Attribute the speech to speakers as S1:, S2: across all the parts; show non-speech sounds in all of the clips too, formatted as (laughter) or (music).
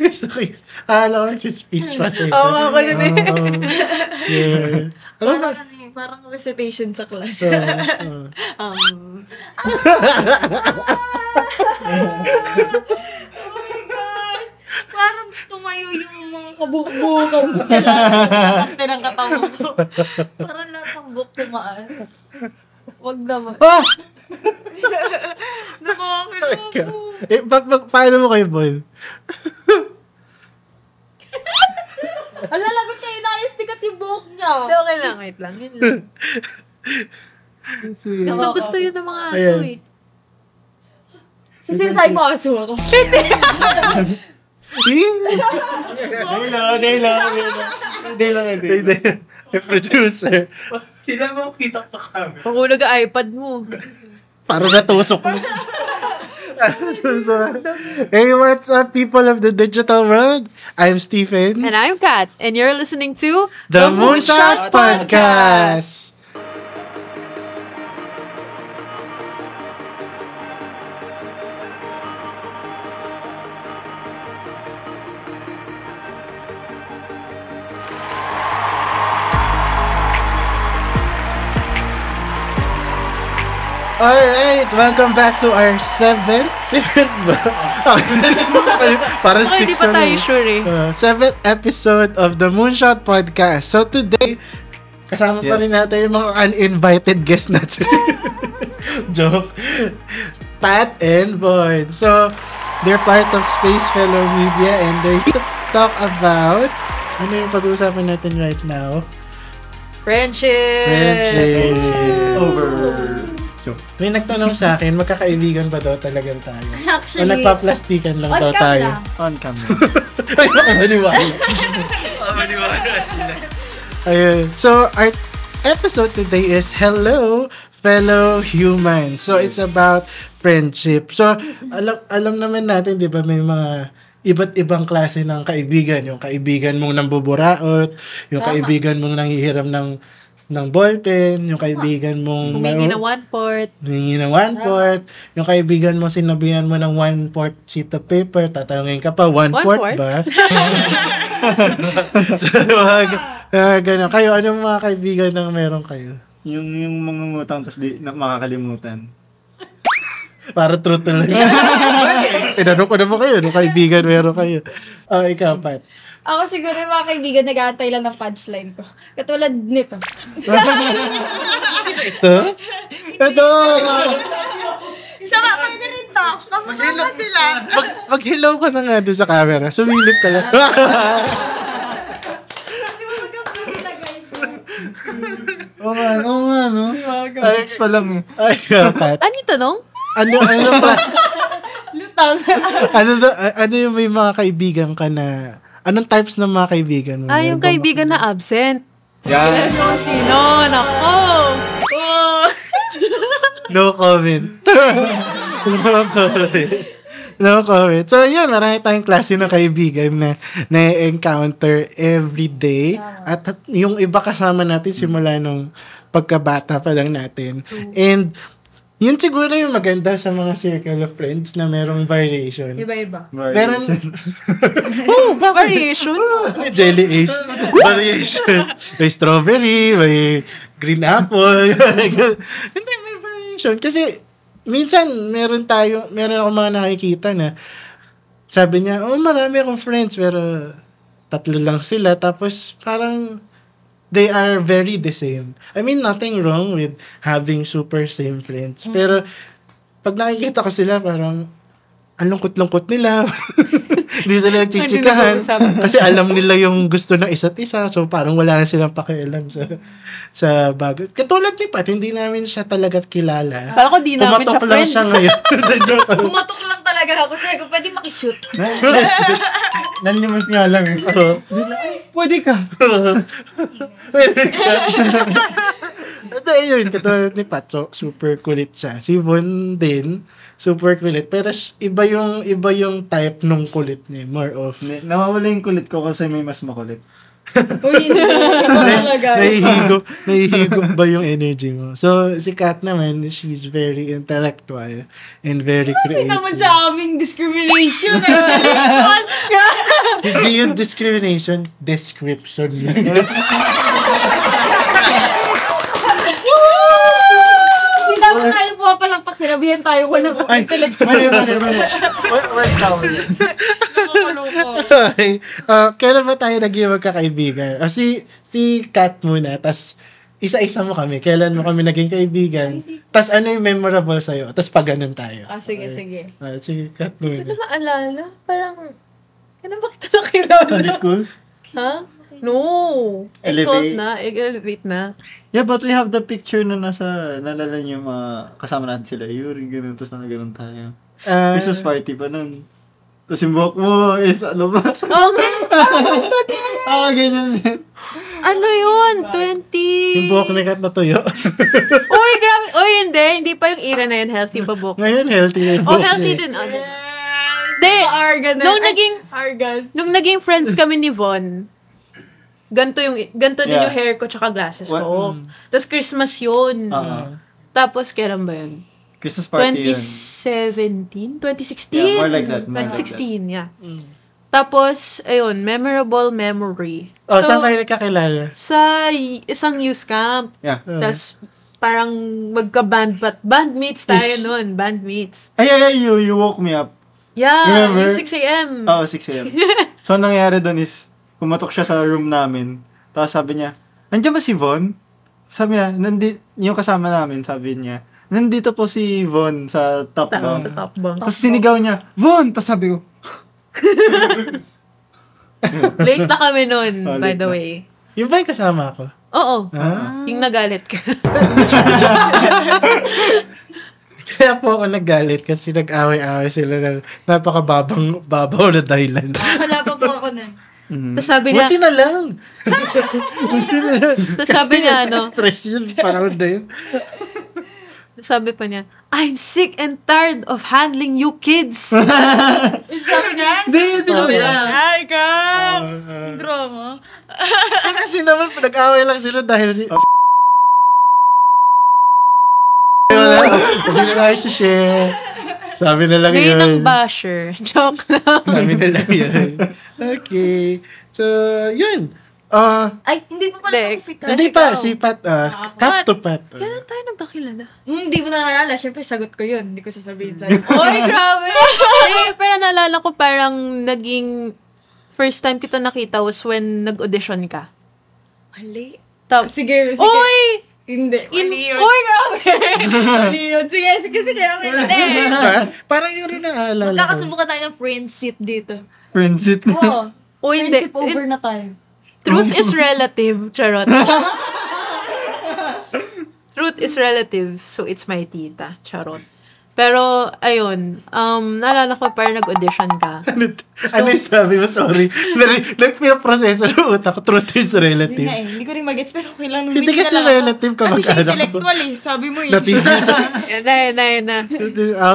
S1: Sorry. Akala ko si
S2: (laughs)
S1: speech pa siya.
S2: Oo, ako rin eh.
S1: Ah. yeah. Alam mo ba?
S2: (laughs) Parang, ano eh, parang recitation sa class.
S1: Oo, oo.
S2: (laughs) um, (laughs) oh my God! Parang tumayo yung mga kabukbukan ko sa lahat ng ng katawan ko. Parang lahat ng buhok tumaan. Wag naman.
S1: Ah!
S2: Nakakalaw
S1: Teka.
S2: ko.
S1: Eh, pa- pa- paano mo kayo, Paul?
S2: Ala, lagot niya. Inayos-tikat yung buhok niya.
S3: Okay lang, wait lang. Yun lang. Gusto, gusto yun ng mga aso
S1: Ayan.
S3: eh.
S2: Sisisay mo aso ako.
S4: Dilo, dilo, dilo. Dilo ka dilo.
S1: Hindi. Eh, producer.
S4: Sila mo kita sa camera.
S3: Pangulag ang iPad mo.
S1: Parang natusok mo. (laughs) hey, what's up, people of the digital world? I'm Stephen,
S3: And I'm Kat, and you're listening to
S1: the Moonshot Podcast. Alright, welcome back to our seventh, (laughs) seventh ba? Parang
S3: Oh, hindi
S1: six
S3: pa
S1: na
S3: tayo
S1: yun.
S3: sure eh.
S1: Uh, seventh episode of the Moonshot Podcast. So today, kasama pa
S4: Yes.
S1: rin natin yung mga uninvited guests natin. Joke. Pat and Boyd. So, they're part of Space Fellow Media and they're here to talk about ano yung pag-uusapan natin right now?
S3: Friendship!
S1: Friendship.
S4: Over.
S1: May nagtanong sa akin, magkakaibigan ba daw talagang tayo? O
S2: Actually,
S1: nagpa-plastikan lang
S2: on
S1: daw
S2: cam
S1: tayo?
S2: lang.
S4: On camera.
S1: Ay, makamaniwala. Ayun. So, our episode today is Hello, Fellow Human. So, it's about friendship. So, alam, alam naman natin, di ba, may mga iba't ibang klase ng kaibigan. Yung kaibigan mong nambuburaot, yung
S2: Tama.
S1: kaibigan mong nangihiram ng ng ballpen, yung kaibigan mong
S3: Humingi na one port.
S1: Hingi ng one fourth. Yung kaibigan mo, sinabihan mo ng one fourth sheet of paper, tatanungin ka pa, one,
S3: One
S1: fourth,
S3: fourth?
S1: ba? (laughs) so, mga, mga ganun. Kayo, anong mga kaibigan nang meron kayo?
S4: yung yung mga ngutang tapos di na, makakalimutan.
S1: Para true tuloy. Bakit? Tinanong ko naman kayo, anong kaibigan meron kayo? Oh, ikaw, Pat.
S2: Ako siguro yung mga kaibigan nag-aantay lang ng punchline ko. Katulad nito.
S1: Ito? Ito!
S2: Sama kayo na rin to. Kamukha ba sila?
S1: Mag, mag-hello ka na nga doon sa camera. Sumilip ka lang. (laughs)
S2: Hindi mo magkamukha sila guys.
S1: Oo nga, oo nga, no?
S4: Ay, ex pa lang eh.
S1: Ay, ikaw, Pat.
S3: Ano yung tanong? Ah,
S1: Ano, ano pa?
S2: Lutang.
S1: (laughs) ano the, a- ano yung may mga kaibigan ka na anong types ng mga kaibigan mo?
S3: Ah, yung
S1: Ano ba-
S3: kaibigan na absent.
S4: Yan.
S3: Ano sino? Nako! Oh!
S1: No comment. (laughs) no comment. No comment. So, yun, marami tayong klase ng kaibigan na na-encounter every day. At yung iba kasama natin simula nung pagkabata pa lang natin. And, yun siguro yung maganda sa mga circle of friends na merong variation.
S2: Iba-iba.
S1: Pero,
S4: (laughs)
S1: oh, bakit? Oh!
S3: Variation.
S1: May jelly ace. variation. May strawberry, may green apple. (laughs) Hindi, may variation. Kasi, minsan, meron tayo, meron akong mga nakikita na, sabi niya, oh, marami akong friends, pero tatlo lang sila. Tapos, parang, they are very the same. I mean, nothing wrong with having super same friends.
S3: Mm.
S1: Pero, pag nakikita ko sila, parang, ang lungkot-lungkot nila. (laughs) Hindi sila nagchichikahan.
S3: Hindi nag-uusap.
S1: kasi alam nila yung gusto ng isa't isa. So, parang wala na silang pakialam sa, sa bago. Katulad ni Pat, hindi namin siya talaga kilala.
S3: Parang ko di namin siya
S1: Tumatok lang
S3: friend.
S1: siya
S3: (laughs)
S1: ngayon. Hindi, joke lang.
S2: Kumatok lang talaga ako sa'yo. Kung pwede makishoot.
S4: Nanlimas nga lang eh.
S1: Oo.
S4: Pwede
S1: (laughs)
S4: ka.
S1: Pwede ka. At ayun, katulad ni Patso, super kulit siya. Si Von din, super kulit. Pero s- iba yung, iba yung type nung kulit niya. More of,
S4: May- Nawawala yung kulit ko kasi may mas makulit.
S2: Uy, hindi. (laughs) Iba talaga.
S1: nahihigop, nahihigop ba yung energy mo? So, si Kat naman, she's very intellectual and very
S2: Hindi naman
S1: creative.
S2: (laughs) sa aming discrimination. eh. Talagang-
S1: Hindi yung discrimination, description
S2: (laughs)
S1: yun.
S2: Hindi dapat tayo pumapalakpak. Sinabihan tayo walang intellect.
S4: Mali, mali, mali. Word, word down yun.
S1: okay. Uh, kailan ba tayo naging magkakaibigan? Ah, si, si Kat muna, tas isa-isa mo kami. Kailan mo kami naging kaibigan? Tas ano yung memorable sa'yo? Tas pag ganun tayo.
S2: Ah, sige,
S1: Okay.
S2: sige.
S1: Ah, si Kat muna.
S3: Ano maalala? Parang, ano ba kita nakilala?
S4: Sunday school?
S3: ha? No. Exalt
S4: Elevate.
S3: na. Elevate na.
S4: Yeah, but we have the picture na nasa, nalala niyo yung mga kasama natin sila. Yuri, ganun, tapos na ganun tayo.
S1: Ah,
S4: Christmas party pa nun. Tapos yung buhok mo is ano ba? (laughs)
S3: Oh, nga.
S4: ah, ganyan din.
S3: Ano yun? 20...
S1: yung buhok ni Kat natuyo. (laughs)
S3: Uy, grabe. Uy, hindi. Hindi pa yung era na yun. Healthy pa buhok.
S1: Ngayon, healthy na yung
S3: Oh,
S1: buhok
S3: healthy
S1: niya.
S3: din. Ano?
S2: Yes!
S3: Hindi.
S2: Argan
S3: Nung naging,
S2: Argan.
S3: nung naging friends kami ni Von, ganto yung ganto din
S4: Yeah.
S3: yung hair ko tsaka glasses
S4: What?
S3: ko. Tapos Christmas yun.
S4: Ah,
S3: Tapos kailan ba yun?
S4: Christmas party yun.
S3: 2017? 2016?
S4: Yeah, more like that, more like
S3: 2016, yeah. Tapos, ayun, memorable memory.
S1: Oh,
S3: So,
S1: saan kayo nagkakilala?
S3: sa y- isang youth camp,
S4: Yeah.
S1: Ah.
S3: tapos parang magka-band, but band meets tayo nun, band meets.
S4: Ay, ay, ay, you, you woke me up.
S3: Yeah, E
S4: Remember? Oh.
S3: yung 6 a.m.
S4: Oo, 6 a.m. so, ang nangyari doon is, kumatok siya sa room namin. Tapos sabi niya, nandiyan ba si Von? Sabi niya, nandi, yung kasama namin, sabi niya, nandito po si Von sa top
S3: Ta-
S4: bunk.
S3: sa top bunk.
S4: Tapos sinigaw niya, Von! Tapos sabi ko,
S3: Late na kami nun,
S4: Oh,
S3: by
S4: late
S3: the
S4: na.
S3: way.
S1: Yung ba yung kasama ko?
S3: Oo.
S1: Ah.
S3: Yung nagalit ka.
S1: Kaya po ako naggalit kasi nag-away-away sila ng napakababang babaw na dahilan.
S2: Palakpak po ako nun.
S3: (laughs) Tapos sabi niya,
S1: Buti na lang. Buti na lang.
S3: tapos sabi
S1: (laughs)
S3: niya, ano,
S1: Stress yun, parang na yun.
S3: sabi pa niya, I'm sick and tired of handling you kids.
S2: Sabi niya?
S1: Hindi, hindi ko
S2: Ay, ka!
S1: Oh, uh,
S2: Drama.
S1: Eh, Kasi naman, nag-away lang sila dahil si...
S4: Oh.
S1: Wala, Hindi na tayo share. Sabi na lang
S3: Ngayon
S1: yun.
S3: ang basher. (laughs) Joke lang.
S1: Sabi na lang yun. Okay. So, yun. Ah,
S2: Ay, hindi pa pala
S3: Hindi.
S2: ako si Kat.
S1: hindi pa,
S2: Ikaw.
S1: si Pat, ah, cut to Pat.
S3: Kailan tayo nagkakilala?
S2: Hmm, Hindi mo na nalala. Siyempre, sagot ko yun. Hindi ko sasabihin sa'yo.
S3: (laughs) Oy, grabe! eh, pero naalala ko parang naging first time kita nakita was when nag-audition ka.
S2: Mali.
S3: Tapos,
S2: Sige, sige.
S3: Oy!
S2: Hindi.
S3: In,
S2: Mali yun.
S3: oy, grabe!
S2: (laughs) Mali yun. Sige, sige, sige.
S1: (laughs)
S2: Okay. Hindi.
S1: Diba? Parang yun rin naaalala ko.
S2: Magkakasubukan tayo ng friend seat dito.
S4: Prince it.
S2: (laughs)
S4: (laughs)
S2: Oo.
S3: Oy,
S2: Friend
S3: hindi.
S2: seat over na tayo.
S3: Truth is relative, charot. Truth is relative, so it's my tita, charot. Pero, ayun, um, naalala ko parang nag-audition ka.
S1: Ano, ano yung sabi mo? Sorry. Nari- Nag pinaproseso ng utak ko. Truth is
S2: Yun nga
S1: relative.
S2: eh. Hindi ko rin mag-gets pero okay lang.
S1: Hindi
S2: Hindi
S1: kasi
S2: na lang ako.
S1: relative ka
S2: Kasi siya
S1: mag-ano.
S2: intellectual eh. Sabi mo eh.
S1: Natigil.
S3: Yan na, yan na, yan na.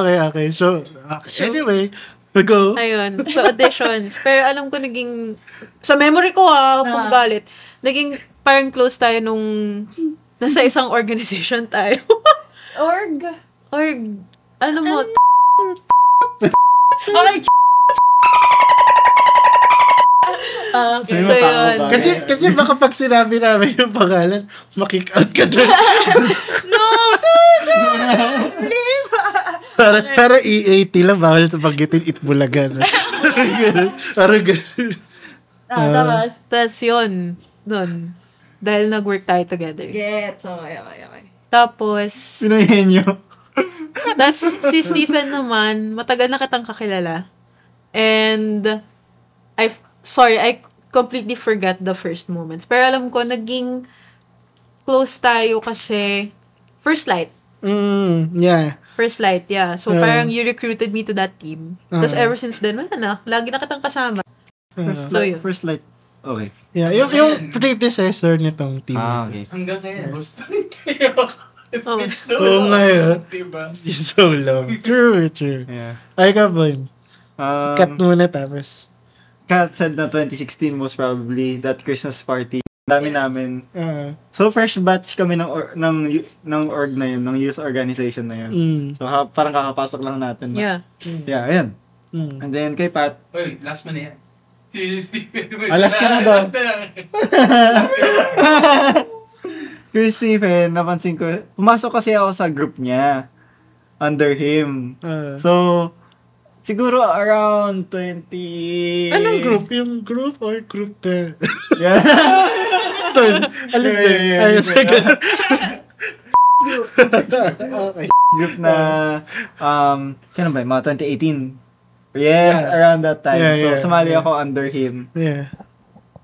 S1: okay, okay. So, okay. anyway, go.
S3: Ayun, sa
S2: (laughs)
S3: auditions. Pero alam ko naging, sa memory ko ha, kung
S2: Ah.
S3: galit, naging parang close tayo nung nasa isang organization tayo.
S2: (laughs)
S3: (laughs)
S2: Org.
S3: Or, ano mo,
S2: Okay. Ah, okay.
S4: Sabi mo,
S3: So,
S4: tao
S3: yun.
S4: ba?
S1: Kasi, kasi baka pag sinabi namin yung pangalan, makick out ka
S4: (laughs)
S1: doon.
S2: No!
S1: para, para EAT lang, bawal sa pagitin itbulagan.
S4: (laughs)
S1: Parang ganun. Parang ganun.
S2: Ah, tapos.
S3: tas yun, nun. Dahil nag-work tayo together.
S2: Gets. Okay, okay, okay.
S3: Tapos,
S4: Sino yung henyo?
S3: tas si Stephen naman, matagal na kitang kakilala. And, I, f- sorry, I completely forgot the first moments. Pero alam ko, naging close tayo kasi first light.
S1: Mm, yeah.
S3: First light, yeah. So,
S1: Mm.
S4: Ah.
S3: parang you recruited me to that team. Tapos,
S1: Mm.
S3: ever since then, wala na. Lagi na kitang kasama.
S1: Uh,
S3: So, yun.
S4: First light. Okay.
S1: yeah. Yung, yung predecessor nitong team.
S4: okay.
S5: Hanggang ngayon, gusto rin
S4: (laughs)
S5: kayo. It's
S3: Oo.
S5: been so
S1: Oo
S5: long.
S1: nga, eh.
S5: Diba?
S1: (laughs) So long. True, true.
S4: Yeah.
S1: Ay ka, Bon.
S4: Um,
S1: Cut muna tapos.
S4: Kat said na 2016 most probably that Christmas party. Ang Dami namin.
S1: Ah.
S4: So fresh batch kami ng or, ng y- ng org na yun, ng youth organization na yun.
S1: mm,
S4: So ha, parang kakapasok lang natin.
S3: Yeah.
S4: Yeah, ayan.
S1: mm.
S4: And then kay Pat,
S5: Uy, last man na yan. Si Steven.
S4: Ah, last na na daw.
S5: (laughs) Last na lang.
S4: Kay Stephen, napansin ko, pumasok kasi ako sa group niya. Under him.
S1: Ah.
S4: So, siguro around 20...
S1: Anong group? Yung group or group na?
S4: (laughs) Yeah.
S1: Turn. Alin
S4: (laughs) Yeah, yeah, yeah.
S1: Ay, second. okay.
S4: group na, um, kano ba, yun, mga 2018. Yes,
S1: Yeah.
S4: around that time.
S1: Yeah,
S4: so,
S1: yeah,
S4: sumali
S1: yeah.
S4: ako under him.
S1: Yeah.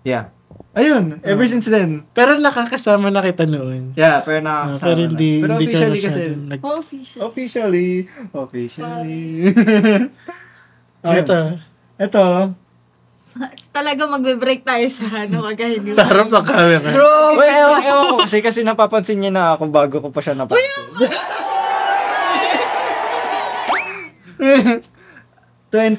S4: Yeah. Ayun, ever
S1: Oh.
S4: since then.
S1: Pero nakakasama na kita noon.
S4: Yeah, pero
S1: Ah,
S4: nakakasama
S1: pero hindi,
S4: na. Pero
S1: hindi ka
S4: officially kasi,
S1: masyadong nag...
S2: Oh, official.
S4: officially, officially. (laughs)
S1: Oh,
S4: Ayun.
S1: ito.
S4: Ito,
S2: Talaga magbe-break tayo sa ano, kagaya
S1: Sa harap ng camera.
S2: Bro!
S4: Well, ewan, ewan ko kasi kasi napapansin niya na ako bago ko pa siya (laughs) napansin. 20 20 19! 19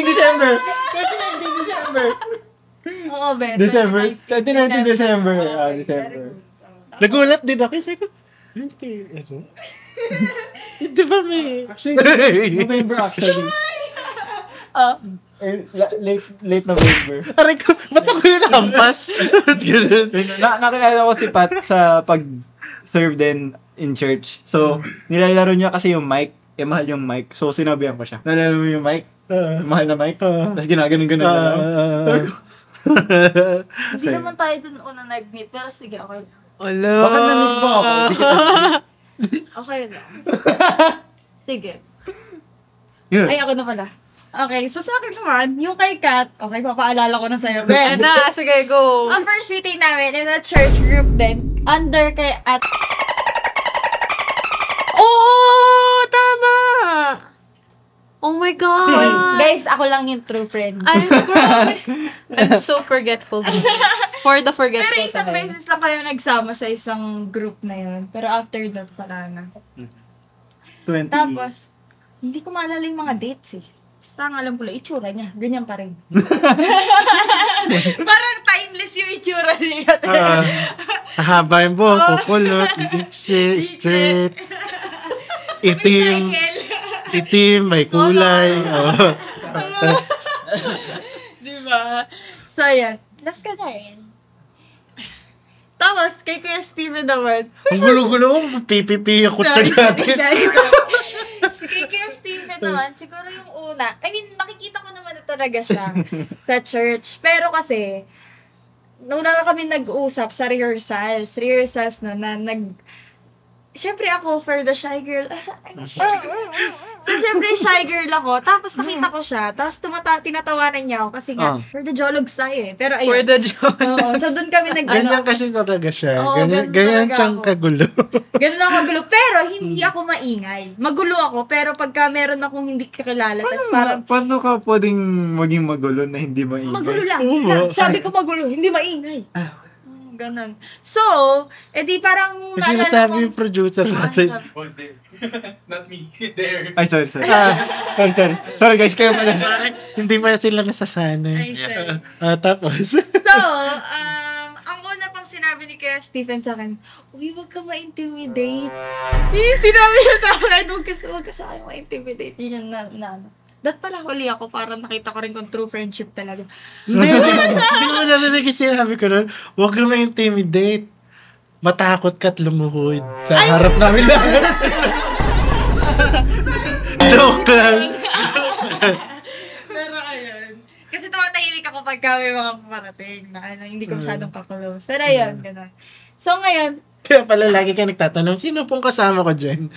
S4: December! 2019 December!
S2: (laughs) Oo, Ben.
S4: December? 2019 December. Ah, December.
S1: Nagulat din ako. Sabi ko, hindi. Ano?
S4: (laughs)
S1: Hindi ba may...
S4: Actually,
S1: (laughs)
S4: November actually. Eh, la- late, late November.
S1: Aray ko, ba't ako yung
S4: (laughs)
S1: hampas? Ba't ganun?
S4: na nakilala ko si Pat sa pag serve din in church. So, nilalaro niya kasi yung mic. Eh, mahal yung mic. So, sinabihan ko siya. Nalaro mo yung mic?
S1: Ah,
S4: Mahal na mic?
S1: Ah.
S4: Tapos ginaganon-ganon na lang.
S1: ah,
S4: (laughs)
S1: ah.
S2: Hindi naman tayo dun una nag-meet, pero sige, okay lang.
S3: Olo.
S4: Baka nanig ba ako?
S2: Ah. Okay
S1: (laughs)
S2: lang. sige.
S4: Yun.
S2: Ay, ako na pala. Okay, so sa akin naman, yung kay Kat, okay, papaalala ko na sa'yo, Ben.
S4: (laughs)
S3: Ano, sige, go.
S2: Ang first meeting namin in a church group din, under kay at...
S3: Oo, tama! Oh my God!
S2: Guys, ako lang yung true friend.
S3: I'm, grabe. I'm so forgetful. guys. For the
S2: Pero
S3: forgetful
S2: isang
S3: tayo.
S2: beses lang kayo nagsama sa isang group na yun. Pero after that, wala na.
S4: 20.
S2: Tapos, hindi ko maalala yung mga dates eh. Basta ang alam ko lang, itsura niya. Ganyan pa rin. Parang timeless yung itsura niya.
S4: (laughs)
S1: Ah, haba yung buhok,
S4: Oh.
S1: kukulot,
S4: (laughs)
S1: diksi, straight, itim,
S2: Michael.
S1: itim, may kulay. Oh.
S2: Di ba? So, ayan. Last ka na rin. Tapos, kay Kuya Steven naman.
S1: Ang gulo-gulo, pipipi ako
S2: Sorry, sorry,
S1: natin.
S2: sorry. (laughs) Si kay Kuya Steven naman, siguro yung una. I mean, nakikita ko naman na talaga siya sa church. Pero kasi, nung na kami nag-usap sa rehearsals, rehearsals na, na nag... Siyempre ako, for the shy girl. (laughs) so, siyempre, shy girl ako. Tapos nakita ko siya. Tapos tumata- tinatawanan niya ako kasi nga,
S4: Ah.
S2: for the jologs tayo eh. Pero ayun.
S3: For the John.
S2: Oo, so doon kami nag
S1: Ganyan kasi talaga siya.
S2: Ano? Oo,
S1: ganyan,
S2: ganun
S1: ganyan
S2: talaga
S1: siyang
S2: ako.
S1: kagulo.
S2: Ganun ako magulo. Pero hindi
S1: Hmm.
S2: ako maingay. Magulo ako, pero pagka meron akong hindi kakilala, tapos parang,
S4: Paano ka pwedeng maging magulo na hindi maingay?
S2: magulo lang.
S1: Oo, Ah,
S2: lang.
S1: ma-
S2: Sabi ko magulo, hindi maingay. Mm, Ganun. So, edi parang
S1: Kasi
S2: naalala
S1: nasabi
S2: kong-
S1: yung producer natin.
S2: Ah, sabi-
S5: Oh, there. (laughs) Not me. (laughs) There.
S4: Ay, sorry, sorry.
S1: Ah,
S2: Ah,
S4: sorry, sorry. Sorry, guys, kayo pala.
S1: Sorry, hindi pa sila
S2: Ay,
S1: nasasanay.
S2: sorry.
S1: Ah, tapos,
S2: So, um, ang una pang sinabi ni Kuya Stephen sa akin, Uy, huwag ka ma-intimidate. Eh, sinabi niya sa akin, huwag ka, huwag ka sa akin ma-intimidate. Yun yung na, na, na. That pala huli ako, parang nakita ko rin kung true friendship talaga.
S1: hindi, (laughs) hindi mo narinig yung sinabi ko nun. Huwag ka ma-intimidate. Matakot ka't lumuhod sa harap namin lang.
S2: (laughs)
S1: Joke lang.
S2: Pero ayun. Kasi tumatahimik ako pag may mga parating na ano, hindi
S1: Mm.
S2: ko masyadong kaklose. Pero ayun, ganun. So (laughs) ngayon,
S1: Kaya pala lagi ka nagtatanong, sino pong kasama ko dyan?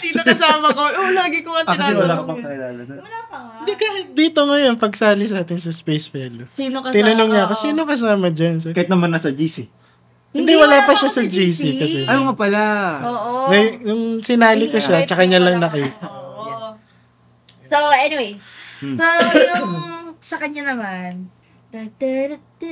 S2: sino kasama ko? Oh, lagi ko ang
S4: Ah, kasi
S2: tinatanong.
S4: wala ka pang
S2: yun.
S4: kakilala. nun.
S2: Wala pa nga.
S1: Hindi kahit dito ngayon, pagsali sa atin sa Space Fellow.
S2: Sino kasama?
S1: Tinanong niya ako,
S2: Oo.
S1: sino kasama dyan? So,
S4: Kahit naman nasa GC.
S1: hindi, wala pa siya
S2: ako
S1: sa GC kasi.
S4: Ayaw nga pala.
S2: Oo.
S3: Oh.
S1: Ngay- nung sinali ko siya,
S2: Invite
S1: tsaka niya
S2: mo
S1: lang
S2: lang
S1: nakita. Hmm.
S2: ako. Oo. So, anyways. So, yung sa kanya naman. Da, da,
S1: (laughs)
S2: da, da.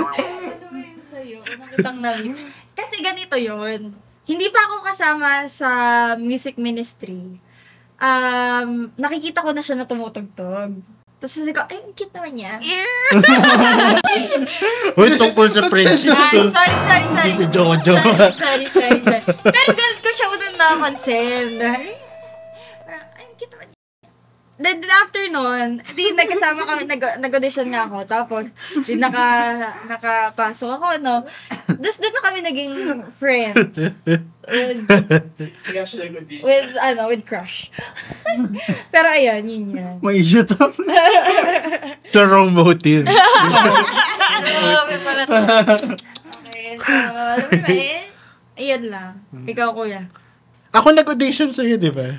S2: ano yun sa'yo? Unang kitang namin. Kasi ganito yun. Hindi pa ako kasama sa music ministry. Um, nakikita ko na siya na tumutugtog. Tapos sabi ko, ay, ang cute naman niya.
S1: Uy, tungkol sa friendship
S2: Ay,
S1: to.
S3: Oh.
S2: sorry, sorry, sorry.
S1: Hindi ko jowa-jowa.
S2: Sorry, sorry, sorry, sorry. Pero girl ko ko siya unang na-consent. Parang, Ay, kita ba? Then, then after nun, di nagkasama kami, nag- nag-audition nga ako. Tapos, di naka, nakapasok ako, no? Tapos doon na kami naging friends. With,
S5: Kaya siya nag-audition.
S2: with, ano, with crush. (laughs) Pero ayun, yun yun.
S4: May issue to.
S2: (laughs)
S1: The wrong motive.
S3: Oh, Grabe pala to.
S2: Okay, so, alam mo ba eh? Ayun lang. Ikaw, kuya.
S1: Ako nag-audition sa'yo, di ba?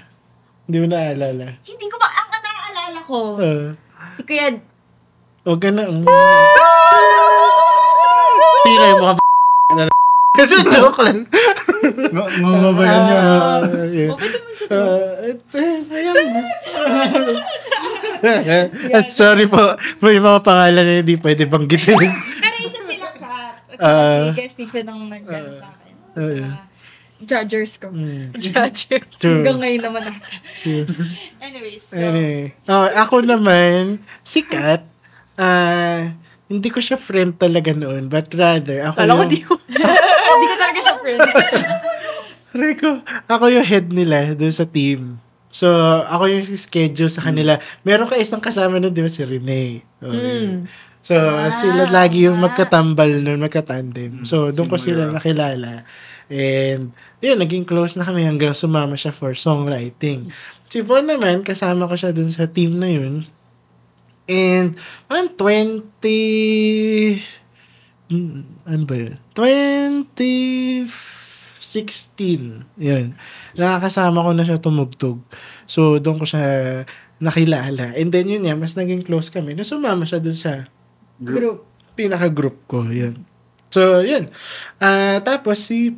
S1: Hindi mo naaalala.
S2: Hindi ko ba, ang ang naaalala ko,
S1: Uh,
S2: si Kuya
S1: huwag ka na. Mm. Sino yung mukha na (laughs) Joke lang.
S4: Ngumabayan niya.
S1: Ah, yeah.
S3: Okay naman siya.
S1: Uh, ayan.
S3: (laughs)
S1: (laughs) Sorry po, may mga pangalan na hindi pwede banggitin.
S2: Pero isa sila cat. At
S1: Ah.
S2: si Guest Stephen ang nag-ano sa akin. Sa
S1: Oh, yeah.
S2: judgers ko.
S1: Mm,
S3: Judge.
S1: true.
S2: Hanggang ngayon naman ako.
S1: true.
S2: Anyways, so,
S1: Anyway. Oh, ako naman, si Kat, ah, hindi ko siya friend talaga noon, but rather, ako
S3: Kala ko
S1: yung,
S3: di ko.
S2: hindi ko oh, talaga siya (laughs) friend.
S1: Aray ko, ako yung head nila doon sa team. So, ako yung schedule sa kanila. Meron ka isang kasama nun, di ba, si Renee. Oh, yun.
S3: Mm.
S1: So,
S2: Ah,
S1: sila lagi yung
S2: ah.
S1: magkatambal nun, magkatandem. So, doon ko sila
S4: similar.
S1: nakilala. And, yun, naging close na kami hanggang sumama siya for songwriting. Si Von naman, kasama ko siya dun sa team na yun. And, parang 20... Hmm, ano ba yun? 2016. Yun. Nakakasama ko na siya tumugtog. So, doon ko siya nakilala. And then yun niya, mas naging close kami. Nung sumama siya doon sa
S2: Group.
S1: pinaka-group ko. Yun. So, yun. Ah, tapos si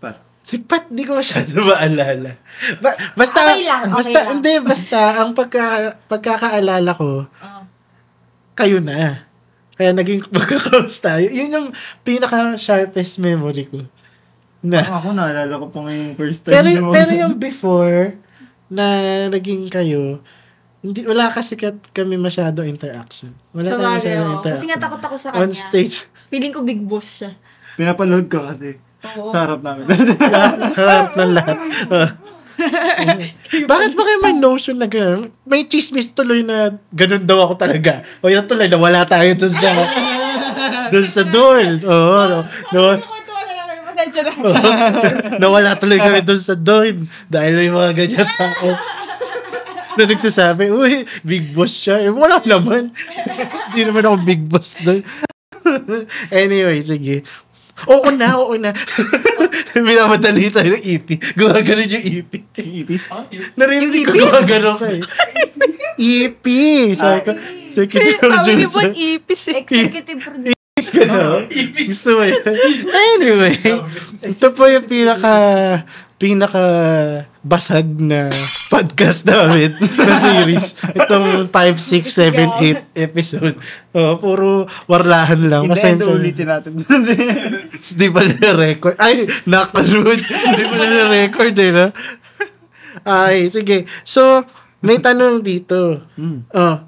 S4: Pat.
S1: Si Pat, di ko masyado (laughs) maalala. Ba- basta,
S2: Okay lang, okay
S1: basta,
S2: lang.
S1: hindi, basta, ang pagka, pagkakaalala ko,
S2: Oh.
S1: kayo na. Kaya naging (laughs) magka-close tayo. Yun yung pinaka-sharpest memory ko. Na.
S4: Ah, Ako naalala ko pa ngayong first time.
S1: Pero,
S4: mo.
S1: pero yung before, na naging kayo, hindi, wala kasi ka, kami masyado interaction. Wala
S2: Sa
S1: kami
S2: bagay,
S1: masyadong
S2: oh.
S1: interaction.
S2: Kasi nga takot ako sa
S1: On
S2: kanya.
S1: stage. (laughs)
S2: Feeling ko big boss siya.
S4: Pinapanood ko kasi.
S2: Oo.
S4: Sa harap namin. (laughs)
S1: Harap ng lahat.
S2: (laughs)
S1: Oh. Bakit ba kayo may notion na gano'n? May chismis tuloy na gano'n daw ako talaga. O yun tuloy, nawala tayo dun sa...
S2: (laughs)
S1: dun sa duel. Oo. ano. no, no,
S2: Ako ito, wala lang kayo pasensya na.
S1: nawala tuloy kami dun sa doon dahil may mga ganyan tao na nagsasabi, uy, big boss siya. Eh, wala naman. Hindi naman ako big boss doon. anyway, sige. Oo na, oo na. Minamadali tayo ng ipi. Gumagano yung ipi.
S4: Ibis.
S5: Ah, yun.
S1: Naririnig ko
S3: E
S1: gumagano ka eh. Ipi. Sabi ko, second
S3: Sabi ni Bon,
S1: producer.
S3: ipis eh.
S2: Executive producer.
S1: Is ka
S4: Ano?
S1: na. (laughs) Gusto mo yan.
S4: (laughs)
S1: Anyway, ito po yung pinaka pinaka basag na podcast namin na series. Itong 5, 6, 7, 8 episode. Oh, puro warlahan lang.
S4: Hindi, ito
S1: Pasensya. na.
S4: ulitin natin. (laughs)
S1: Di pala na-record. Ay, nakalood. Di pala na-record eh, no? Ay, sige. So, may tanong dito.
S4: Hmm.
S1: Oh,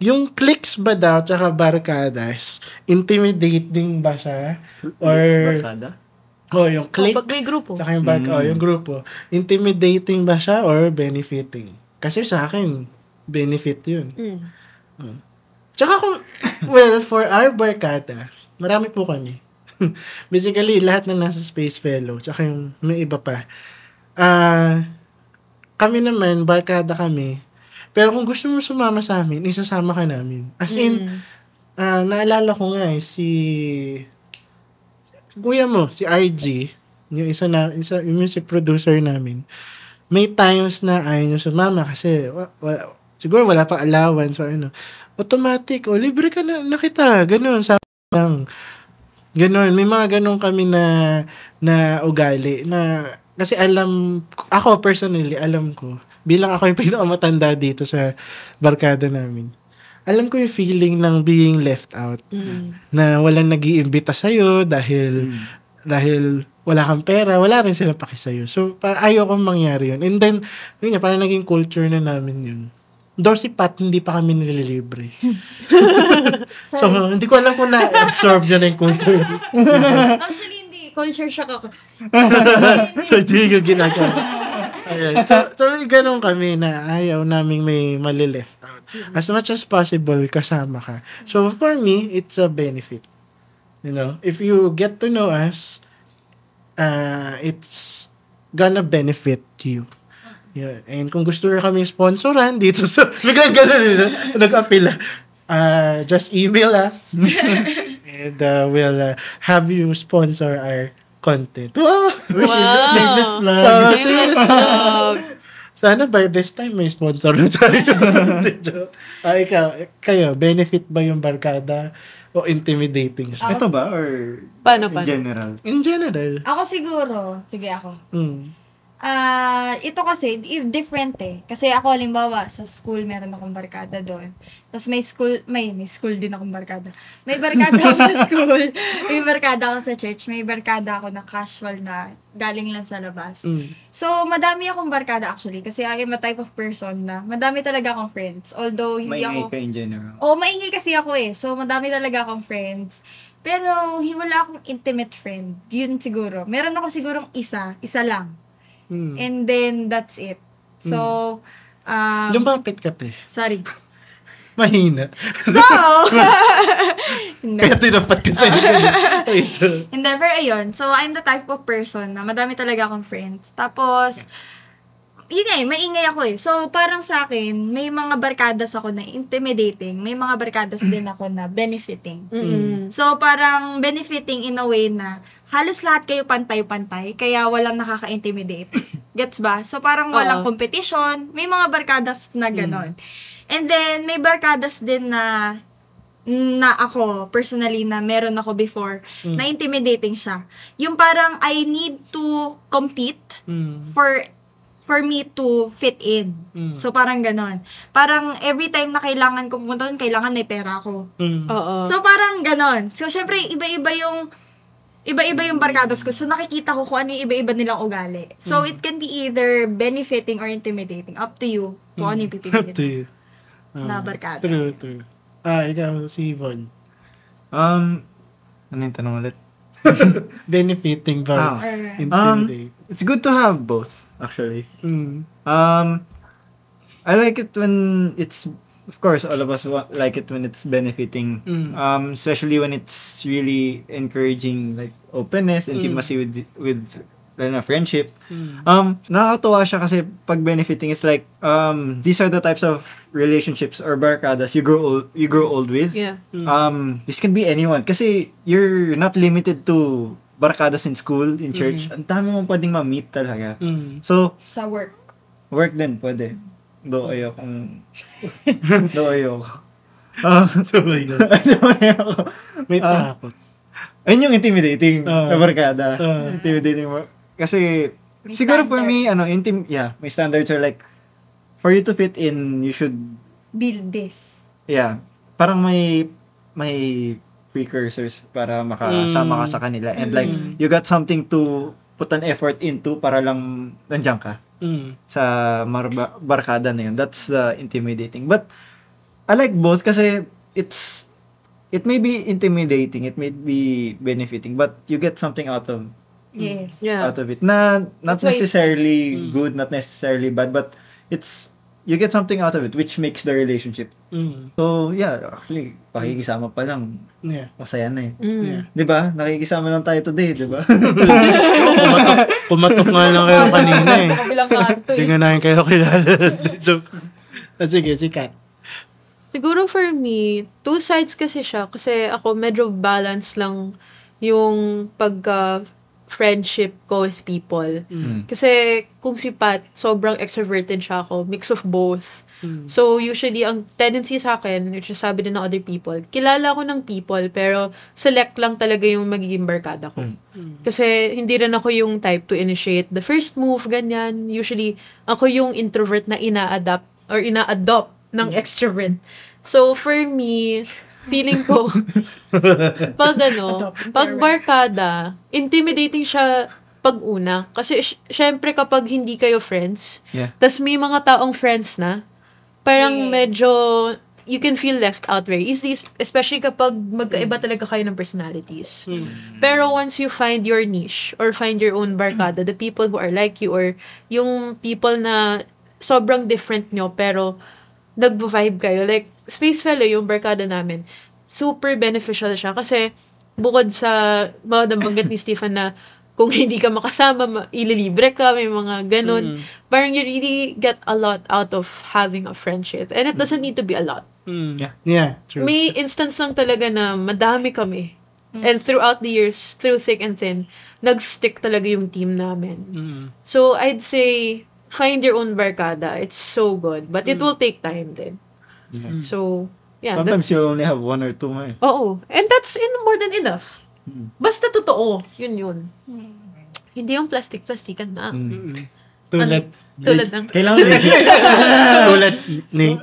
S1: yung clicks ba daw tsaka barkadas, intimidating ba siya? Or,
S4: Barkada?
S1: oh, yung click
S3: Pag may grupo.
S1: tsaka yung bark,
S4: Mm.
S1: oh, yung grupo, intimidating ba siya or benefiting? Kasi sa akin, benefit yun.
S3: Mm.
S1: Tsaka kung, well, for our barkada, marami po kami. (laughs) Basically, lahat na nasa Space Fellow, tsaka yung may iba pa. Ah, kami naman, barkada kami. Pero kung gusto mo sumama sa amin, isasama ka namin. As in,
S3: Mm.
S1: ah, naalala ko nga eh, si... si Kuya mo, si RG, yung isa na, isa, yung music producer namin, may times na ayaw niyo sumama kasi wa, wa- siguro wala pang allowance or ano. Automatic, o libre ka na, na kita, ganun, sa lang. Ganun, may mga ganun kami na, na ugali, na, kasi alam, ako personally, alam ko, bilang ako yung (laughs) pinakamatanda dito sa barkada namin, alam ko yung feeling ng being left out
S3: Mm.
S1: na walang nag iimbita sa'yo dahil
S4: Hmm.
S1: dahil wala kang pera, wala rin sila paki sa'yo. So, para ayoko mangyari yun. And then, yun nga, parang naging culture na namin yun. Door si Pat, hindi pa kami nililibre. (laughs) so, hindi ko alam kung na-absorb niya na yung culture.
S2: Actually, hindi ko culture shock ako.
S1: (laughs) so, ito yung ginagawa. Ayan. So, so ganun kami na ayaw naming may mali-left out. As much as possible, kasama ka. So, for me, it's a benefit. You know, if you get to know us, uh, it's gonna benefit you. Yun. And kung gusto nyo kami sponsoran dito sa... (laughs) Biglang ganun yun. ah. Nag-apila. Uh, just email us. and uh, we'll uh, have you sponsor our content. Wow!
S3: Wow.
S4: Shameless plug.
S1: Ah,
S3: Shameless
S1: serious?
S3: vlog.
S1: Sana by this time may sponsor na
S4: (laughs)
S1: tayo. Hindi, joke. ah, ikaw, kayo, benefit ba yung barkada o intimidating siya?
S4: Ito ba? Or
S3: Paano,
S4: in
S3: paano?
S4: general?
S1: In general,
S2: Ako siguro, sige ako.
S1: mm,
S2: Ah, ito kasi i- different eh. Kasi ako halimbawa sa school meron akong barkada doon. Tapos may school, may may school din akong barkada. May barkada ako sa school, may barkada ako sa church, may barkada ako na casual na galing lang sa labas.
S1: mm,
S2: So, madami akong barkada actually kasi I am a type of person na madami talaga akong friends. Although hindi ako
S4: Maingay ka in general.
S2: Oo, Oh, maingay kasi ako eh. So, madami talaga akong friends. Pero, hi- wala akong intimate friend. Yun siguro. Meron ako sigurong isa. Isa lang.
S1: mm.
S2: And then, that's it. So, um,
S1: Lumapit ka, te.
S2: sorry.
S1: Mahina.
S2: So, (laughs)
S1: (laughs)
S2: hindi.
S1: Kaya tinapat ka
S2: (laughs)
S1: sa'yo. Ito.
S2: Hindi, pero ayun. So, I'm the type of person na madami talaga akong friends. Tapos, yun nga eh, maingay ako eh. So, parang sa akin, may mga barkadas ako na intimidating. May mga barkadas din ako na benefiting.
S3: Mm.
S2: So, parang benefiting in a way na halos lahat kayo pantay-pantay, kaya walang nakaka-intimidate. Gets ba? So, parang walang
S3: Oo.
S2: competition. May mga barkadas na ganon. And then, may barkadas din na na ako, personally, na meron ako before, na intimidating siya. Yung parang, I need to compete
S1: Mm,
S2: for for me to fit in.
S1: Mm.
S2: So, parang ganon. Parang, every time na kailangan ko pumunta doon, kailangan may pera ako.
S1: mm.
S3: Oo.
S2: So, parang ganon. So, syempre, iba-iba yung iba-iba yung barkadas ko. So, nakikita ko kung ano yung iba-iba nilang ugali. So,
S1: Hmm.
S2: it can be either benefiting or intimidating. Up to you kung ano yung
S1: Hmm. Up (laughs) to
S2: pipiliin
S1: you. Ah,
S2: na barkada.
S1: True, true. Ah, ikaw, si Yvonne.
S4: Um, ano yung tanong ulit?
S1: Benefiting ba?
S4: Ah.
S2: Or,
S1: Intimidating.
S4: (laughs) It's good to have both, actually.
S1: Mm,
S4: Um, I like it when it's, of course, all of us wa- like it when it's benefiting.
S1: Mm.
S4: Um, especially when it's really encouraging, like openness, intimacy with with lalo na friendship.
S1: mm,
S4: Um, nakakatuwa siya kasi pag benefiting is like, um, these are the types of relationships or barkadas you grow old, you grow old with.
S3: Yeah.
S1: mm.
S4: Um, this can be anyone. Kasi you're not limited to barkadas in school, in church. Ang dami mong pwedeng ma-meet talaga.
S1: Mm-hmm. Mm.
S4: So,
S2: sa work.
S4: work din, pwede.
S1: Hmm.
S4: Do
S1: (laughs)
S4: ayokong... Do ayoko. Ah,
S1: Tuloy
S4: (laughs)
S1: na.
S4: do ayoko.
S1: May
S4: Ah.
S1: takot.
S4: Ayun yung intimidating
S1: Ah.
S4: na barkada.
S1: Ah.
S4: intimidating mo. Kasi,
S2: May
S4: siguro for me, ano, intim... Yeah, my standards are like, for you to fit in, you should
S2: Build this.
S4: Yeah. Parang may may precursors para makasama
S1: Mm.
S4: ka sa kanila. And like, you got something to put an effort into para lang nandiyan ka
S1: Mm,
S4: sa marba- barkada na yun. That's the intimidating. But, I like both kasi it's it may be intimidating, it may be benefiting, but you get something out of
S1: Hmm.
S2: Yes.
S3: Yeah.
S4: out of it. Na not
S2: That's why it's-
S4: necessarily
S1: Mm.
S4: good, not necessarily bad, but it's you get something out of it which makes the relationship
S1: mm.
S4: So, yeah, actually, pakikisama pa lang,
S1: Yeah. (laughs)
S4: masaya na eh.
S1: Yeah.
S3: Mm.
S4: Di ba? Nakikisama lang tayo today, di ba?
S1: pumatok, pumatok nga lang kayo kanina eh.
S3: Kabilang kanto
S1: Hindi nga namin kayo (laughs) kilala. Joke. Ah, sige, si Kat.
S3: Siguro for me, two sides kasi siya. Kasi ako medyo balance lang yung pagka-friendship ko with people.
S4: Mm.
S3: Kasi kung si Pat, sobrang extroverted siya ako. Mix of both.
S1: Mm.
S3: So usually, ang tendency sa akin, which is sabi din ng other people, kilala ko ng people, pero select lang talaga yung magiging barkada ko. Kasi hindi rin ako yung type to initiate the first move, ganyan. Usually, ako yung introvert na ina-adapt or ina-adopt ng extrovert. So, for me, feeling ko, pag ano, pag barkada, intimidating siya pag una. Kasi, sy- syempre, kapag hindi kayo friends,
S4: Yeah.
S3: tas may mga taong friends na, parang
S2: Yes.
S3: medyo you can feel left out very easily, es- especially kapag magkaiba talaga kayo ng personalities. Pero once you find your niche or find your own barkada, the people who are like you or yung people na sobrang different nyo pero nag-vibe kayo. Like, Space Fellow, yung barkada namin, super beneficial siya kasi bukod sa mga nabanggit ni Stefan na kung hindi ka makasama, ma- ililibre ka, may mga ganun. Parang you really get a lot out of having a friendship. And it doesn't
S4: Mm.
S3: need to be a lot.
S1: Yeah, true.
S3: May instance lang talaga na madami kami. And throughout the years, through thick and thin, nag-stick talaga yung team namin.
S1: Mm.
S3: So, I'd say, find your own barkada. It's so good. But it will take time then.
S4: Mm. Yeah.
S3: So, yeah.
S4: (laughs) Sometimes
S3: that's,
S4: you'll only have one or two nga eh.
S3: Oo. And that's in more than enough.
S4: Mm.
S3: Basta totoo. Yun yun. Hindi yung plastic-plastikan na.
S4: Mm.
S1: Mm-mm. Tulad,
S3: Tulad ng... (laughs)
S4: Kailangan
S1: tulad ni...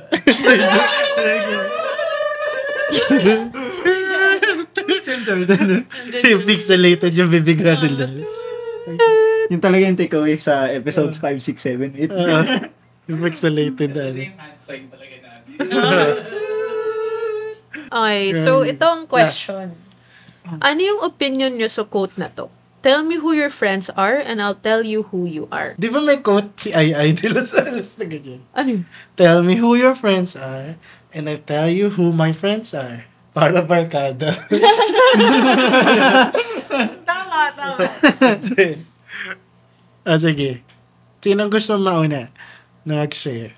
S1: Pixelated yung bibig natin doon.
S4: Yung talaga yung takeaway sa episodes 5,
S3: (laughs)
S4: 6, 7, 8.
S1: Oo. (laughs) Yung pixelated.
S5: Ito
S1: ano.
S5: yung hand sign talaga natin.
S4: (laughs)
S3: Okay, so itong question. Ano yung opinion nyo sa quote na to? Tell me who your friends are and I'll tell you who you are.
S1: Di ba may quote si Ai Ai de Los Angeles na ganyan?
S3: Ano yun?
S1: Tell me who your friends are and I tell you who my friends are. Para barkada.
S2: Tama, tama.
S1: (laughs) ah, sige. Sinong gusto mauna na mag-share?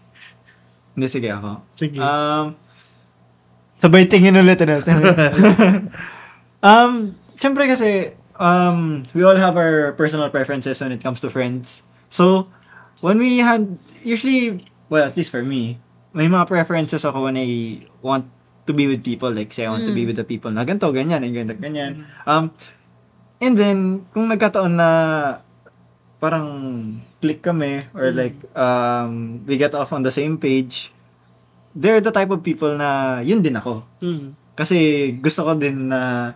S4: Hindi, sige ako.
S1: Sige.
S4: Um, sabay tingin ulit ano? natin. (laughs) um, Siyempre kasi, um, we all have our personal preferences when it comes to friends. So, when we had, usually, well, at least for me, may mga preferences ako when I want to be with people. Like, say, I want to be with the people na ganito, ganyan, and ganito, ganyan. Um, and then, kung nagkataon na parang click kami or like um, we get off on the same page, they're the type of people na yun din ako.
S1: Hmm.
S4: Kasi gusto ko din na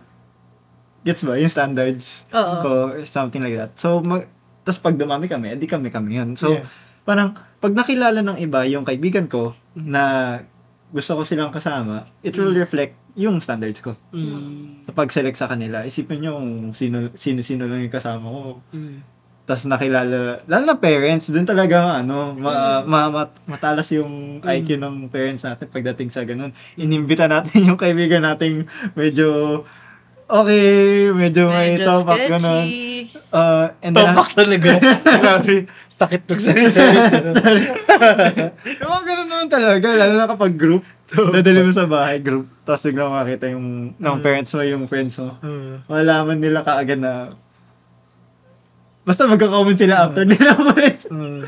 S4: gets ba yung standards
S3: Oo.
S4: ko or something like that. So, mag, tas pag dumami kami, edi kami kami yun. So,
S1: Yeah.
S4: parang pag nakilala ng iba yung kaibigan ko na gusto ko silang kasama, it will reflect yung standards ko.
S1: Hmm.
S4: Sa pag-select sa kanila, isipin nyo kung sino, sino-sino lang yung kasama ko.
S1: Hmm.
S4: Tapos nakilala, lalo na parents, dun talaga ano, ma, ma- ma- matalas yung IQ ng parents natin pagdating sa ganun. Inimbita natin (laughs) yung kaibigan nating medyo okay, medyo may
S3: Medyo
S4: top up ganun.
S3: sketchy.
S4: Uh, and then, (laughs)
S1: Topak talaga. Grabe. Sakit magsalita nito.
S4: yung mga Oh, ganun naman talaga, lalo na kapag group. Dadali mo sa bahay, group. Tapos biglang makita yung ng parents mo, yung friends mo.
S1: Hmm.
S4: Malaman nila kaagad na basta magka-comment sila after nila. (laughs)
S1: Hmm.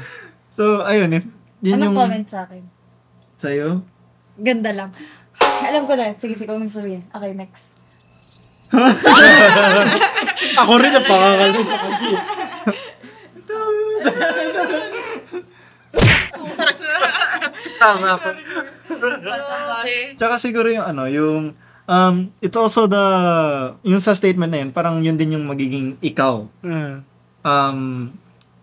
S4: so, ayun. If, yun
S2: Anong
S4: yung
S2: comment sa akin?
S4: sa'yo.
S2: Ganda lang. (laughs) Alam ko na. Sige, sige. Kung sabihin. Okay, next.
S1: Ako rin napakakalma sa kanya. Sama ako.
S4: Tsaka siguro yung ano, yung um it's also the yung sa statement na yun, parang yun din yung magiging ikaw.
S1: Ah,
S4: Um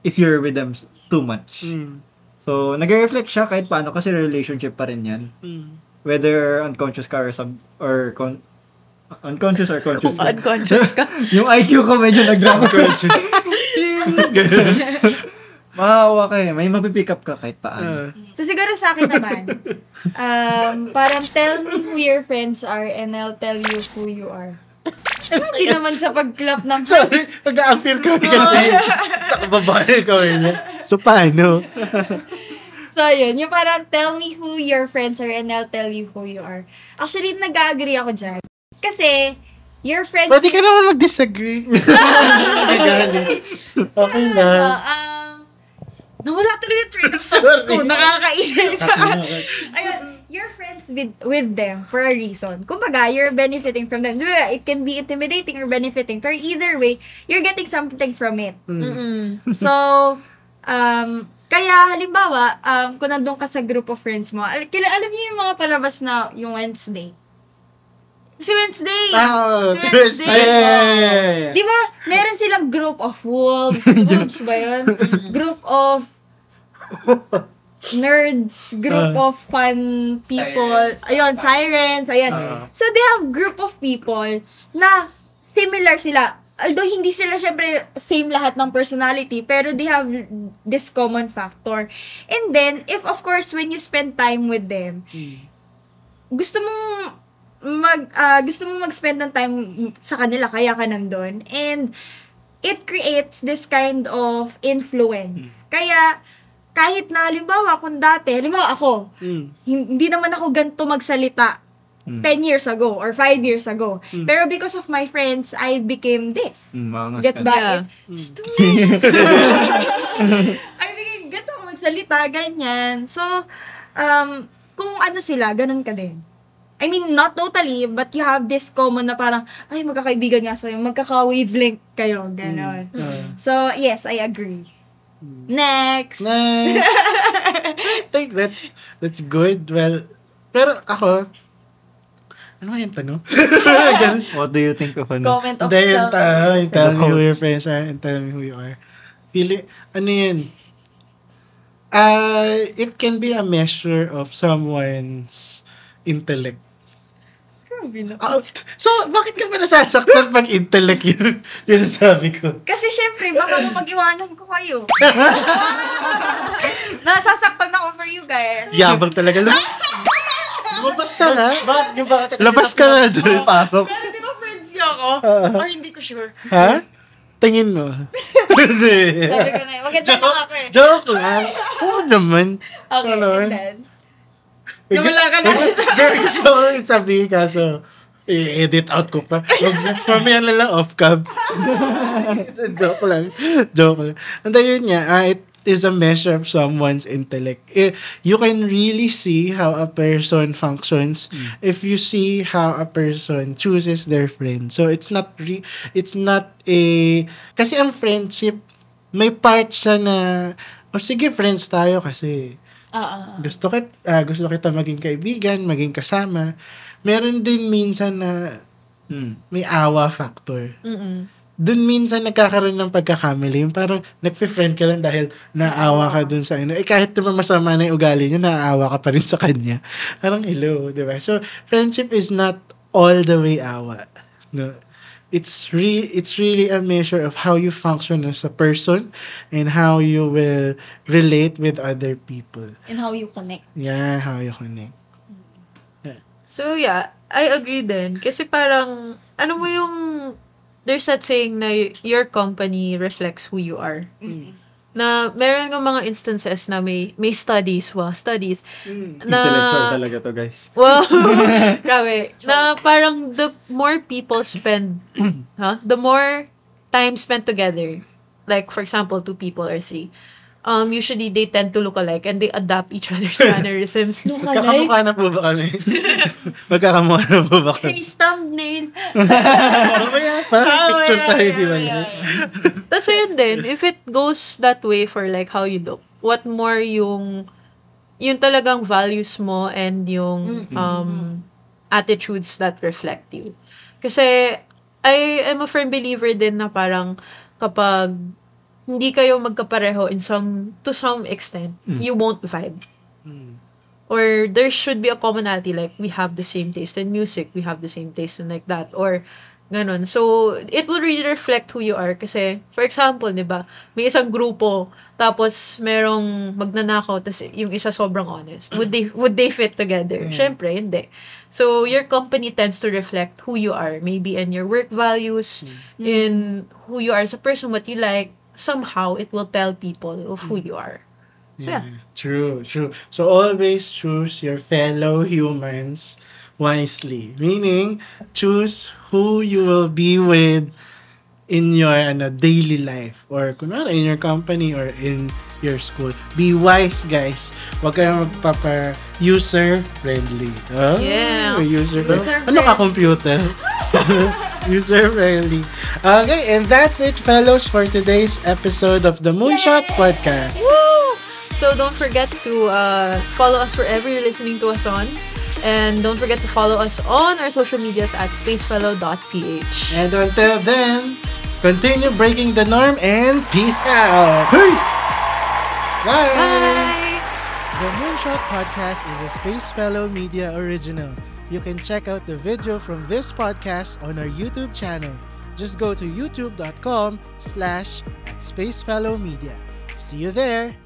S4: if you're with them s- too much.
S1: mm,
S4: So, nagre-reflect siya kahit paano kasi relationship pa rin 'yan.
S1: mm.
S4: Whether unconscious ka or sub or con- unconscious or conscious.
S3: Kung
S4: ka.
S3: (laughs) unconscious
S4: (laughs)
S3: ka.
S4: yung IQ ko medyo nag-drop
S3: (laughs)
S4: conscious. Mahawa ka eh. May mapipick up ka kahit
S3: Uh.
S4: paano.
S1: Ah,
S2: So, siguro sa akin
S1: (laughs)
S2: naman, um, parang tell me who your friends are and I'll tell you who you are. Hindi naman sa pag-clap ng
S1: Sorry,
S2: friends.
S1: nag-a-appear kami kasi. Nakababae kami niya. So, paano?
S2: So, yun. Yung parang tell me who your friends are and I'll tell you who you are. Actually, nag-agree ako dyan. Kasi, your friends...
S1: Pwede ka naman mag-disagree. (laughs) Ay, gani. Okay
S2: Ano,
S1: lang.
S2: um, nawala tuloy yung train of thoughts ko. Nakakainis. Ayun, you're friends with with them for a reason. Kumbaga, you're benefiting from them. Diba, It can be intimidating or benefiting. Pero either way, you're getting something from it.
S3: Mm-mm.
S2: So, um, kaya halimbawa, um, kung nandun ka sa group of friends mo, al- kila, alam niyo yung mga palabas na yung Wednesday. Si Wednesday!
S1: Ah,
S2: Si
S1: Thursday.
S4: Hey!
S2: Di ba, meron silang group of wolves. Wolves ba yun? group of... nerds, group
S1: Ah.
S2: of fun people.
S5: Sirens.
S2: Ayun, sirens, ayan.
S4: Ah.
S2: so, they have group of people na similar sila. Although, hindi sila syempre same lahat ng personality, pero they have this common factor. And then, if of course, when you spend time with them, gusto mong mag ah, gusto mong mag-spend ng time sa kanila kaya ka nandun and it creates this kind of influence kaya kahit na halimbawa kung dati halimbawa ako
S1: Mm.
S2: hindi naman ako ganito magsalita 10 years ago or 5 years ago pero because of my friends I became this
S4: Mm, maangas
S2: gets
S4: ka.
S2: ba Eh,
S3: Yeah.
S2: it? Stupid. I mean, ganito ako magsalita, ganyan. So, um, kung ano sila, ganun ka din. I mean, not totally, but you have this common na parang, ay, magkakaibigan nga sa'yo, magkaka-wavelength kayo, ganun.
S1: Ah.
S2: So, yes, I agree. Next!
S1: Nice. I think that's that's good. Well, pero ako, ano nga yung tanong? Ganun.
S4: (laughs) What do you think of ano?
S3: Comment of
S1: Hindi, yung tao, yung tell me who
S4: Code.
S1: your friends are and tell me who you are. Pili, ano yun? Uh, it can be a measure of someone's intellect. Ah, so, bakit ka ba nasasaktan pag intellect yun? (laughs) yun ang sabi ko.
S2: Kasi syempre, baka mapag-iwanan ko kayo. Nasasaktan ako for you guys.
S1: Yabang talaga. Lumabas,
S2: Ah!
S1: lumabas ka na.
S4: Bakit yung bakit? Ah,
S1: Labas ka na dun.
S4: Pasok.
S2: (laughs) Pero di ba friends niya ako?
S1: Oo.
S2: Or hindi ko sure.
S1: ha? Tingin mo. Hindi.
S2: Sabi ko na, yun, maganda
S1: Joke.
S2: lang ako eh.
S1: Joke lang. Oo naman.
S2: Okay,
S1: Ano?
S2: and then? Nawala ka na. (laughs)
S1: Very gusto ko yung sabihin kaso i-edit out ko pa. Wag na. Mamaya na lang off-cam. (laughs) Joke lang. Joke lang. And then yun nga, ah, it is a measure of someone's intellect. Eh, you can really see how a person functions if you see how a person chooses their friend. So it's not re- it's not a kasi ang friendship may part siya na o sige friends tayo kasi
S3: Ah, ah,
S1: gusto kit ah, gusto kita maging kaibigan, maging kasama. Meron din minsan na
S4: Hmm.
S1: may awa factor.
S3: ah. Mm-mm.
S1: Doon minsan nagkakaroon ng pagkakamali. Yung parang nagpe-friend ka lang dahil naawa ka doon sa ano. Eh kahit naman masama na yung ugali niya, naawa ka pa rin sa kanya. (laughs) Parang hello, di ba? So, friendship is not all the way awa. No? It's re it's really a measure of how you function as a person and how you will relate with other people.
S2: And how you connect.
S1: Yeah, how you connect.
S3: So, yeah, I agree din. Kasi parang, ano mo yung, there's that saying na y- your company reflects who you are. Na meron ng mga instances na may, may studies, wow, studies, na,
S4: Intellectual talaga to, guys.
S3: wow, grabe, na parang the more people spend, huh, the more time spent together, like, for example, two people or three, um, usually they tend to look alike and they adapt each other's mannerisms.
S1: Magkakamukha na po ba kami? Magkakamukha na po ba Ano kami?
S2: Face thumbnail.
S1: Mamaya pa,
S2: Ah,
S1: picture tayo, di ba?
S3: Tapos yun din, if it goes that way for like how you look, what more yung, yung talagang values mo and yung um, attitudes that reflect you. Kasi, I am a firm believer din na parang kapag hindi kayo magkapareho in some, to some extent, you won't vibe. Or there should be a commonality like we have the same taste in music, we have the same taste in like that. Or Ganon. So, it will really reflect who you are. Kasi, for example, di ba, may isang grupo, tapos merong magnanakaw, tapos yung isa sobrang honest. Would they, would they fit together? Siyempre, hindi. So, your company tends to reflect who you are. Maybe in your work values, in who you are as a person, what you like. Somehow, it will tell people of who you are.
S1: Yeah. True, true. So always choose your fellow humans wisely. Meaning, choose who you will be with in your ano, daily life or kunwari in your company or in your school. Be wise, guys. Huwag kayong magpapa user friendly. Huh?
S3: Yes.
S1: User
S2: User-friendly.
S1: Ano ka (laughs) computer? user friendly. Okay, and that's it fellows for today's episode of the Moonshot Podcast.
S3: So don't forget to uh, follow us wherever you're listening to us on. And don't forget to follow us on our social medias at spacefellow.ph.
S1: And until then, continue breaking the norm and peace out. Peace. Bye.
S3: Bye!
S1: Bye. Shot Podcast is a Space Fellow Media original. You can check out the video from this podcast on our YouTube channel. Just go to youtube.com slash at Space Fellow Media. See you there!